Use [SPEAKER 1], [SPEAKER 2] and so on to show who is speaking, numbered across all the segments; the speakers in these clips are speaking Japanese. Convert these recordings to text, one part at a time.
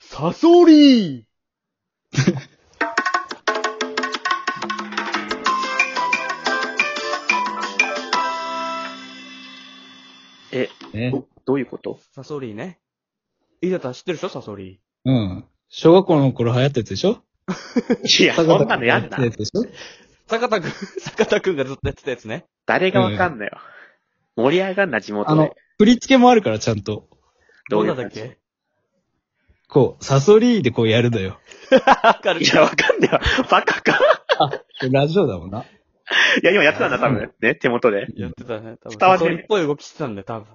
[SPEAKER 1] サソリー
[SPEAKER 2] え、
[SPEAKER 3] ね。
[SPEAKER 2] ど、どういうこと
[SPEAKER 1] サソリーね。いだた知ってるでしょサソリ
[SPEAKER 3] うん。小学校の頃流行ったやつでしょ
[SPEAKER 2] いや、そんなのやんな
[SPEAKER 3] 流行った。やつでしょ
[SPEAKER 1] ー。坂田くん、 坂田くんがずっとやってたやつね。
[SPEAKER 2] 誰がわかんのよ。盛り上がんな、地元
[SPEAKER 3] あ
[SPEAKER 2] で
[SPEAKER 3] の。、振り付けもあるから、ちゃんと。
[SPEAKER 1] ど
[SPEAKER 2] どう
[SPEAKER 1] ん
[SPEAKER 2] い
[SPEAKER 1] な
[SPEAKER 2] う
[SPEAKER 1] だっ
[SPEAKER 2] 感じ
[SPEAKER 1] け
[SPEAKER 3] こう、サソリーでこうやるのよ。
[SPEAKER 1] わかる
[SPEAKER 2] い。や、わかんないよ。バカか。
[SPEAKER 3] ラジオだもんな。
[SPEAKER 2] いや、今やってたんだ、多分。ね、手元で。
[SPEAKER 1] やってたね。多分
[SPEAKER 2] 伝わって
[SPEAKER 1] サソ
[SPEAKER 2] る
[SPEAKER 1] リっぽい動きしてたんだよ、多分。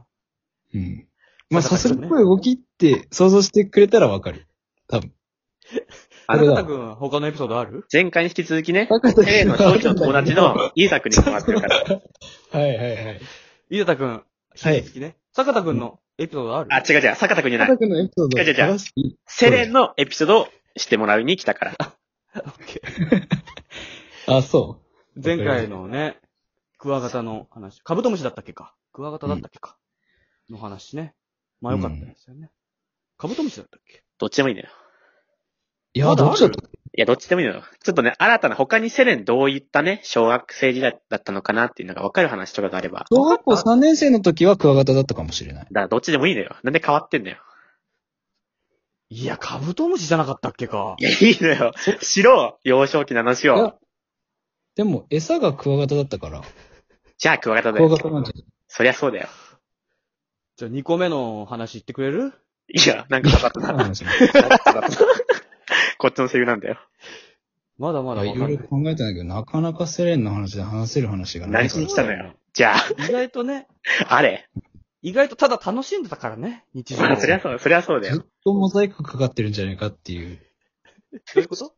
[SPEAKER 3] うん。まあ、
[SPEAKER 1] 坂
[SPEAKER 3] サ
[SPEAKER 1] 田君
[SPEAKER 3] ソ
[SPEAKER 1] ね
[SPEAKER 3] リっぽい動きって想像してくれたらわかる。多分。あれ
[SPEAKER 1] 坂
[SPEAKER 3] だ
[SPEAKER 1] 田くんは他のエピソードある
[SPEAKER 2] 前回に引き続きね、
[SPEAKER 3] 高田
[SPEAKER 2] テレの
[SPEAKER 3] は
[SPEAKER 2] 長女の友達のイーサクにもらってるか ら。
[SPEAKER 3] はいはいはい。
[SPEAKER 1] いだたくん、
[SPEAKER 3] はい
[SPEAKER 1] 引き続きね。坂田くんのエピソードある
[SPEAKER 2] あ、違う違う、坂田くんじ
[SPEAKER 3] 高
[SPEAKER 2] ゃな
[SPEAKER 3] 田。
[SPEAKER 2] い
[SPEAKER 3] 君のエピソード
[SPEAKER 2] 違う違う違う
[SPEAKER 3] 正しい。
[SPEAKER 2] セレンのエピソードをしてもらいに来たから。
[SPEAKER 1] オッケー
[SPEAKER 3] あ、そ
[SPEAKER 1] 前回のね、クワガタの話。カブトムシだったっけか。クワガタだったっけか。の話ね。まあよかったですよね。カブトムシだったっけ
[SPEAKER 2] どっちでもいいのよ。
[SPEAKER 3] う。いや、
[SPEAKER 1] まだあ
[SPEAKER 3] ど
[SPEAKER 1] る
[SPEAKER 3] っちだった
[SPEAKER 2] いや、どっちでもいいのよ。ちょっとね、新たな他にセレンどういったね、小学生時代だったのかなっていうのが分かる話とかがあれば。だか
[SPEAKER 3] 小学校3年生の時はクワガタだったかもしれない。
[SPEAKER 2] らどっちでもいいのよ。なんで変わってんのよ。
[SPEAKER 1] いや、カブトムシじゃなかったっけか
[SPEAKER 2] い。や、いいのよ。しろ、幼少期の話
[SPEAKER 3] い
[SPEAKER 2] を
[SPEAKER 3] や。でも、餌がクワガタだったから、
[SPEAKER 2] じゃあ、クワガタだ
[SPEAKER 3] クワ
[SPEAKER 2] よ
[SPEAKER 3] ガ。タなんじゃない
[SPEAKER 2] そりゃそうだよ。
[SPEAKER 1] じゃあ2個目の話言ってくれる
[SPEAKER 2] いや、なんか分か っ
[SPEAKER 3] そ
[SPEAKER 2] た
[SPEAKER 3] う
[SPEAKER 2] な。
[SPEAKER 3] なんですよい
[SPEAKER 2] こっちのセリフなんだよ。
[SPEAKER 1] まだまだ
[SPEAKER 3] や
[SPEAKER 1] わ
[SPEAKER 3] い
[SPEAKER 1] か
[SPEAKER 3] ろ
[SPEAKER 1] ん
[SPEAKER 3] いろ
[SPEAKER 1] ない。
[SPEAKER 3] 考えたんだけど、なかなかセレンの話で話せる話がないか
[SPEAKER 2] 何
[SPEAKER 3] ら
[SPEAKER 2] しに。来たのよ。じゃあ、
[SPEAKER 1] 意外とね、
[SPEAKER 2] あれ。
[SPEAKER 1] 意外とただ楽しんでたからね、日常
[SPEAKER 2] ま
[SPEAKER 1] を。
[SPEAKER 2] あ、そりゃそう、そりゃそうだ
[SPEAKER 3] ずっ
[SPEAKER 2] よ。
[SPEAKER 3] とモザイクかかってるんじゃないかっていう。
[SPEAKER 1] どういうこと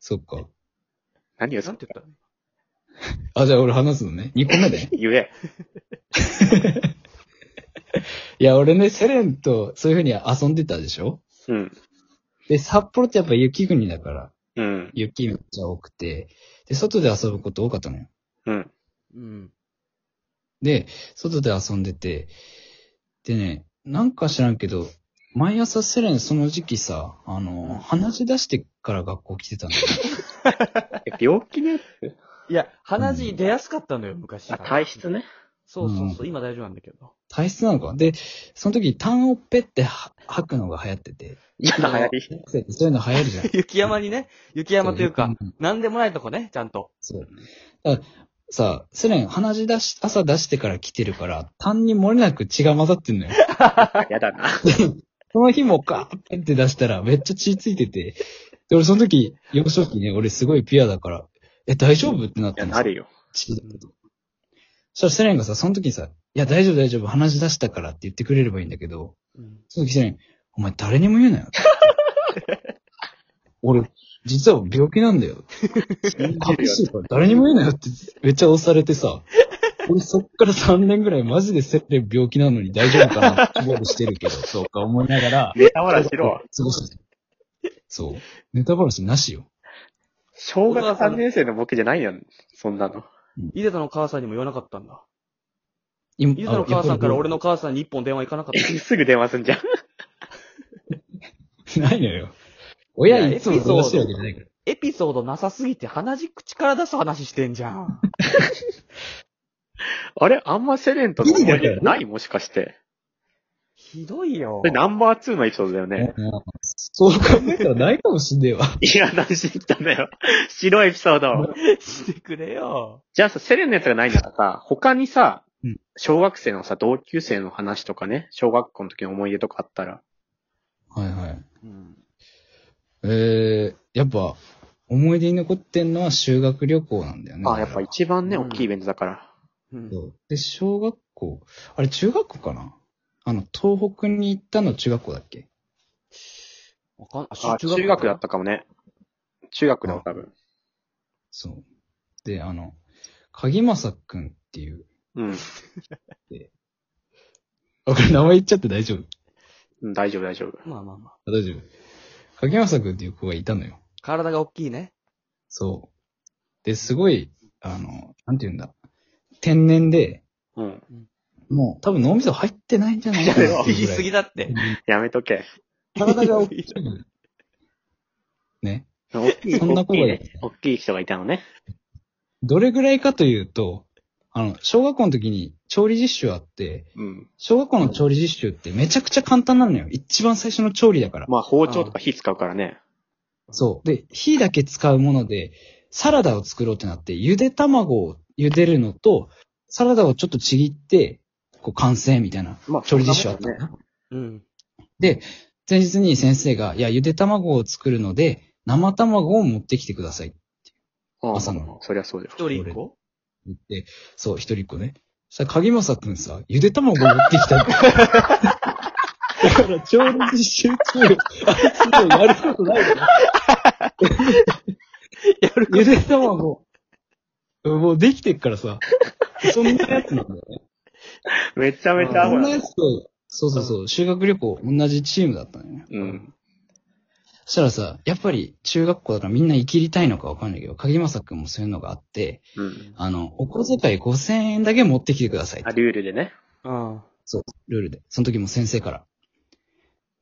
[SPEAKER 3] そっか。
[SPEAKER 2] 何を。
[SPEAKER 1] なんて言ったの
[SPEAKER 3] あ、じゃあ俺話すのね。2個目ね
[SPEAKER 2] 言え。
[SPEAKER 3] いや、俺ね、セレンとそういう風に遊んでたでしょ
[SPEAKER 2] うん。
[SPEAKER 3] で、札幌ってやっぱ雪国だから、
[SPEAKER 2] うん。
[SPEAKER 3] 雪めっちゃ多くて、で、外で遊ぶこと多かったのよ。
[SPEAKER 2] うん。
[SPEAKER 1] うん。
[SPEAKER 3] で、外で遊んでて、でね、なんか知らんけど、毎朝セレンその時期さ、あの、鼻血出してから学校来てたの。
[SPEAKER 2] え病気ね。
[SPEAKER 1] いや、鼻血出やすかったのよ、昔
[SPEAKER 2] あ、
[SPEAKER 1] から。
[SPEAKER 2] 体質ね。
[SPEAKER 1] そうそうそう、今大丈夫なんだけど。。
[SPEAKER 3] 体質なのかで、その時、痰をペッては吐くのが流行ってて、
[SPEAKER 2] 嫌な流行り。
[SPEAKER 3] そういうの流行るじゃん
[SPEAKER 1] 雪山にね、雪山というか、
[SPEAKER 3] ん。
[SPEAKER 1] なんでもないとこね、ちゃんと。
[SPEAKER 3] そう。だからさ、セレン鼻血出し、朝出してから来てるから、痰に漏れなく血が混ざってんのよ。
[SPEAKER 2] 嫌だな。
[SPEAKER 3] その日もガーペンって出したらめっちゃ血ついてて、で、俺その時、幼少期ね、俺すごいピュアだから、え、大丈夫ってなっ
[SPEAKER 2] い
[SPEAKER 3] た
[SPEAKER 2] や、
[SPEAKER 3] の
[SPEAKER 2] なるよ。
[SPEAKER 3] 血だけど。そしたらセレンがさ、その時さ、いや、大丈夫大丈夫、話し出したからって言ってくれればいいんだけど、
[SPEAKER 1] うん
[SPEAKER 3] その時セレン、お前誰にも言うな よ。俺、実は病気なんだよ。隠してるから誰にも言うなよってめっちゃ押されてさ、俺そっから3年ぐらいマジでセレン病気なのに大丈夫かなってゴールしてるけど、そうか思いながら、
[SPEAKER 2] ネタ笑いしろ。
[SPEAKER 3] 過ごしてたそう。ネタ話なしよ。
[SPEAKER 2] 小学3年生のボケじゃないよ。そんなの。
[SPEAKER 1] 井出田の母さんにも言わなかったんだ。
[SPEAKER 3] 今
[SPEAKER 1] 井出田の母さんから俺
[SPEAKER 3] の。
[SPEAKER 1] の母さんに一本電話行かなかった。
[SPEAKER 2] すぐ電話すんじゃん。
[SPEAKER 3] ないのよ。親
[SPEAKER 1] いや
[SPEAKER 3] いつも電話してるわけ
[SPEAKER 1] エピソード
[SPEAKER 3] じゃないから。
[SPEAKER 1] エピソードなさすぎて鼻血口から出す話してんじゃん。
[SPEAKER 2] あれあんまセレンとの思い出ないもしかして。
[SPEAKER 1] ひどいよ
[SPEAKER 2] こ。れナンバー2のエピソードだよね。
[SPEAKER 3] うんそう考えたらないかもしんねえわ。
[SPEAKER 2] いや、何しに来たんだよ。白いエピソード。
[SPEAKER 1] してくれよ。
[SPEAKER 2] じゃあさ、セレンのやつがないならさ、他にさ
[SPEAKER 3] うん、
[SPEAKER 2] 小学生のさ、同級生の話とかね、小学校の時の思い出とかあったら。
[SPEAKER 3] はいはい。
[SPEAKER 1] うん。
[SPEAKER 3] えー、やっぱ、思い出に残ってんのは修学旅行なんだよね。
[SPEAKER 2] あ、やっぱ一番ね、
[SPEAKER 1] うん
[SPEAKER 2] 大きいイベントだから。
[SPEAKER 1] うん
[SPEAKER 3] そうで、小学校、あれ中学校かなあの、東北に行ったの中学校だっけ
[SPEAKER 1] わかん
[SPEAKER 2] あ、中学だったかもね。中学だもん、多分。
[SPEAKER 3] そう。で、あの、鍵正くんっていう、
[SPEAKER 2] うん。
[SPEAKER 3] あ、これ名前言っちゃって大丈夫
[SPEAKER 2] うん、大丈夫、大丈夫。
[SPEAKER 1] まあまあまあ。
[SPEAKER 3] あ大丈夫。影山くんっていう子がいたのよ。
[SPEAKER 1] 体が大きいね。
[SPEAKER 3] そう。で、すごい、あの、なんて言うんだ。天然で、
[SPEAKER 2] うん。
[SPEAKER 3] もう多分脳みそ入ってないんじゃない
[SPEAKER 1] いや
[SPEAKER 3] かなって い
[SPEAKER 1] 言い
[SPEAKER 3] ぐ
[SPEAKER 1] う
[SPEAKER 3] ら
[SPEAKER 1] 過ぎ
[SPEAKER 3] い。
[SPEAKER 1] だって。
[SPEAKER 2] やめとけ。
[SPEAKER 3] 体が大きい。ね。
[SPEAKER 2] 大きい、
[SPEAKER 3] そんな
[SPEAKER 2] 大
[SPEAKER 3] こと
[SPEAKER 2] きい
[SPEAKER 3] ない
[SPEAKER 2] ね大きい人がいたのね。
[SPEAKER 3] どれぐらいかというと、あの、小学校の時に調理実習あって、
[SPEAKER 2] うん。
[SPEAKER 3] 小学校の調理実習ってめちゃくちゃ簡単なのよ。一番最初の調理だから。
[SPEAKER 2] まあ、包丁とか火使うからね。
[SPEAKER 3] そう。で、火だけ使うもので、サラダを作ろうってなって、ゆで卵を茹でるのと、サラダをちょっとちぎって、こう完成みたいな
[SPEAKER 2] まあ、
[SPEAKER 3] 調理実習あった
[SPEAKER 2] そん
[SPEAKER 3] の
[SPEAKER 2] なもんだね。
[SPEAKER 3] な。
[SPEAKER 1] うん。
[SPEAKER 3] 前日に先生が、いや、ゆで卵を作るので、生卵を持ってきてくださいって
[SPEAKER 2] うん
[SPEAKER 3] 朝の
[SPEAKER 2] そりゃそうだよ。
[SPEAKER 1] 一人一個
[SPEAKER 3] 言って、そう、一人っ子ね。そしたら、鍵正くんさ、ゆで卵持ってきたって。だから、調理実習中、あいつもやることないよね。
[SPEAKER 1] やる
[SPEAKER 3] ゆで卵。もうできてっからさ。そんなやつなんだよね。
[SPEAKER 2] めちゃめちゃア
[SPEAKER 3] そ
[SPEAKER 2] ホ
[SPEAKER 3] んな
[SPEAKER 2] だ
[SPEAKER 3] や
[SPEAKER 2] ね。
[SPEAKER 3] つと、そうそうそう、修学旅行同じチームだったのよね。
[SPEAKER 2] うん。
[SPEAKER 3] そしたらさ、やっぱり中学校だからみんな生きりたいのかわかんないけど、鍵正くんもそういうのがあって、
[SPEAKER 2] うん。
[SPEAKER 3] あの、お小遣い5000円だけ持ってきてくださいって
[SPEAKER 2] あ、ルールでね。
[SPEAKER 1] ああ。
[SPEAKER 3] ルールで。その時も先生から。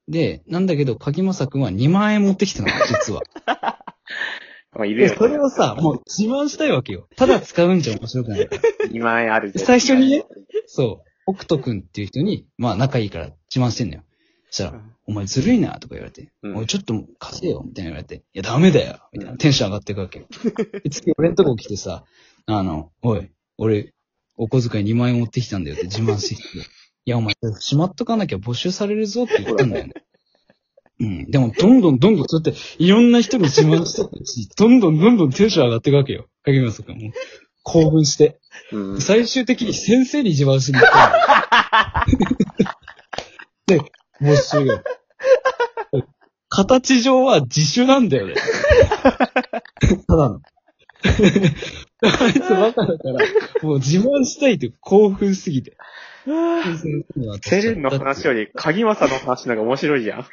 [SPEAKER 3] で、なんだけど、柿正くんは2万円持ってきたの、実は。
[SPEAKER 2] まあ、 いる
[SPEAKER 3] で、
[SPEAKER 2] よ。
[SPEAKER 3] それをさ、もう自慢したいわけよ。ただ使うんじゃ面白くないから。
[SPEAKER 2] 2万円あるぜ。
[SPEAKER 3] 最初にね。そう、北斗くんっていう人に、まあ仲いいから自慢してんのよ。そした
[SPEAKER 1] う
[SPEAKER 3] ら、
[SPEAKER 1] ん
[SPEAKER 3] お前ずるいな、とか言われて、
[SPEAKER 2] うん
[SPEAKER 3] おい、ちょっと稼いよ、みたいな言われて、いや、ダメだよ、みたいなテンション上がっていくわけよ。で次、俺んとこ来てさ、あの、おい、俺、お小遣い2万円持ってきたんだよって自慢してき て、いや、お前、しまっとかなきゃ没収されるぞって言ったんだよね。うん。でも、どんどんどんどん、そうやって、いろんな人に自慢してたし、どんどんどんどんテンション上がっていくわけよ。影村さんも。興奮して。
[SPEAKER 2] うん。
[SPEAKER 3] 最終的に先生に自慢しに行った の。で、募集が。形上は自主なんだよね。ただの。 あいつバカだから、もう自慢したいという興奮す ぎて。
[SPEAKER 1] あ
[SPEAKER 3] セ
[SPEAKER 2] セレンの話より、鍵正の話の方が面白いじゃん。